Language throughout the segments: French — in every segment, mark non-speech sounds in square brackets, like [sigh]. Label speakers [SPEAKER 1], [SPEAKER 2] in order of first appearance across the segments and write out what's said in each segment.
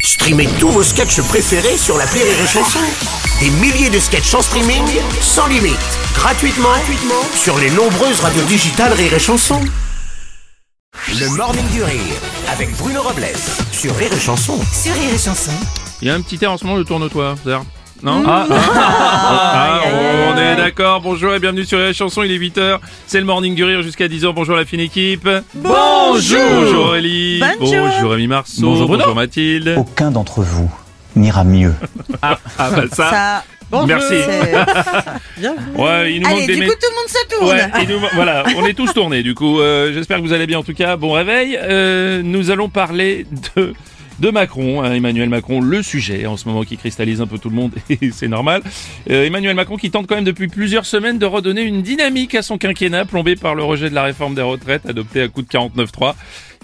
[SPEAKER 1] Streamez tous vos sketchs préférés sur la Rire et Chanson. Des milliers de sketchs en streaming, sans limite, gratuitement, gratuitement sur les nombreuses radios digitales Rire et Chanson. Le Morning du Rire avec Bruno Robles sur Rire et Chanson.
[SPEAKER 2] Sur Rire et Chanson.
[SPEAKER 3] Il y a un petit air en ce moment, le tourne toi, Zer. Non
[SPEAKER 4] Ah,
[SPEAKER 3] Ah, on est d'accord, bonjour et bienvenue sur la chanson, il est 8h, c'est le morning du rire jusqu'à 10h, bonjour la fine équipe.
[SPEAKER 4] Bonjour
[SPEAKER 3] Bonjour Aurélie,
[SPEAKER 2] Bonjour.
[SPEAKER 3] Rémi Marceau,
[SPEAKER 4] Bonjour Bruno.
[SPEAKER 3] Mathilde.
[SPEAKER 5] Aucun d'entre vous n'ira mieux.
[SPEAKER 3] Ah bah ça,
[SPEAKER 2] Ça.
[SPEAKER 3] merci. [laughs] Ouais, il nous
[SPEAKER 2] Allez,
[SPEAKER 3] manque des
[SPEAKER 2] du
[SPEAKER 3] mé-
[SPEAKER 2] coup, tout le monde se tourne.
[SPEAKER 6] Eh
[SPEAKER 3] Ouais, il nous man- voilà, on est tous tournés du coup. Euh, J'espère que vous allez bien en tout cas. Bon réveil. Euh, nous allons parler de de Macron, hein, Emmanuel Macron, le sujet en ce moment qui cristallise un peu tout le monde [laughs] et c'est normal. Euh, Emmanuel Macron qui tente quand même depuis plusieurs semaines de redonner une dynamique à son quinquennat plombé par le rejet de la réforme des retraites adoptée à coup de 49.3.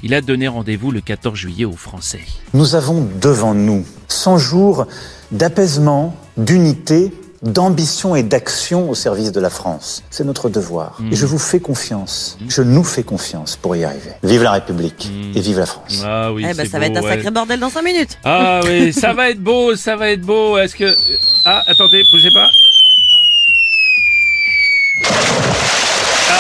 [SPEAKER 3] Il a donné rendez-vous le 14 juillet aux Français.
[SPEAKER 5] Nous avons devant nous 100 jours d'apaisement, d'unité, d'ambition et d'action au service de la France. C'est notre devoir. Et je vous fais confiance. Je nous fais confiance pour y arriver. Vive la République et vive la France.
[SPEAKER 3] Ah oui,
[SPEAKER 6] Eh ben,
[SPEAKER 3] c'est
[SPEAKER 6] ça va
[SPEAKER 3] beau,
[SPEAKER 6] être un
[SPEAKER 3] ouais.
[SPEAKER 6] sacré bordel dans 5 minutes.
[SPEAKER 3] Ah oui, ça va être beau, ça va être beau. Est-ce que ah attendez, bougez pas. Ah,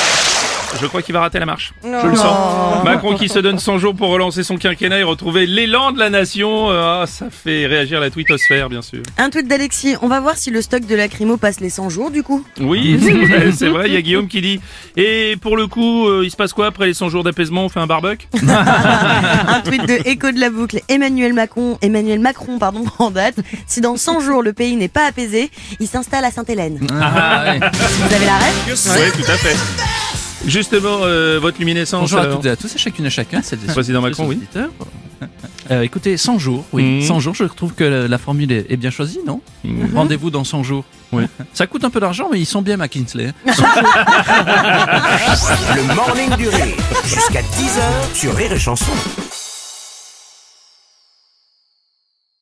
[SPEAKER 3] Je crois qu'il va rater la marche. Je le sens. Macron qui se donne 100 jours pour relancer son quinquennat et retrouver l'élan de la nation. Ah, ça fait réagir la twittosphère, bien sûr.
[SPEAKER 6] Un tweet d'Alexis. On va voir si le stock de lacrymo passe les 100 jours du coup.
[SPEAKER 3] Oui, c'est vrai, c'est vrai. Il y a Guillaume qui dit. Et pour le coup, euh, il se passe quoi après les 100 jours d'apaisement On fait un barbecue Ah.
[SPEAKER 6] Un tweet de Écho de la boucle. Emmanuel Macron, Emmanuel Macron, pardon, [laughs] en date. Si dans 100 jours le pays n'est pas apaisé, il s'installe à Sainte-Hélène.
[SPEAKER 3] Ah,
[SPEAKER 4] Ah,
[SPEAKER 6] Vous avez la rêve
[SPEAKER 3] Oui, tout à fait. Justement, euh, votre luminescence.
[SPEAKER 4] Bonjour à
[SPEAKER 3] alors.
[SPEAKER 4] toutes et à tous, à chacune et à chacun. C'est
[SPEAKER 3] Président Macron, oui.
[SPEAKER 4] Euh, écoutez, 100 jours, oui.
[SPEAKER 3] Mm.
[SPEAKER 4] 100 jours, je trouve que la, la formule est, est bien choisie, non
[SPEAKER 3] Mm.
[SPEAKER 4] Rendez-vous dans 100 jours.
[SPEAKER 3] Oui.
[SPEAKER 4] Ça coûte un peu d'argent, mais ils sont bien, hein. McKinsey.
[SPEAKER 1] Le Morning du Rire jusqu'à 10h sur Rire et Chanson.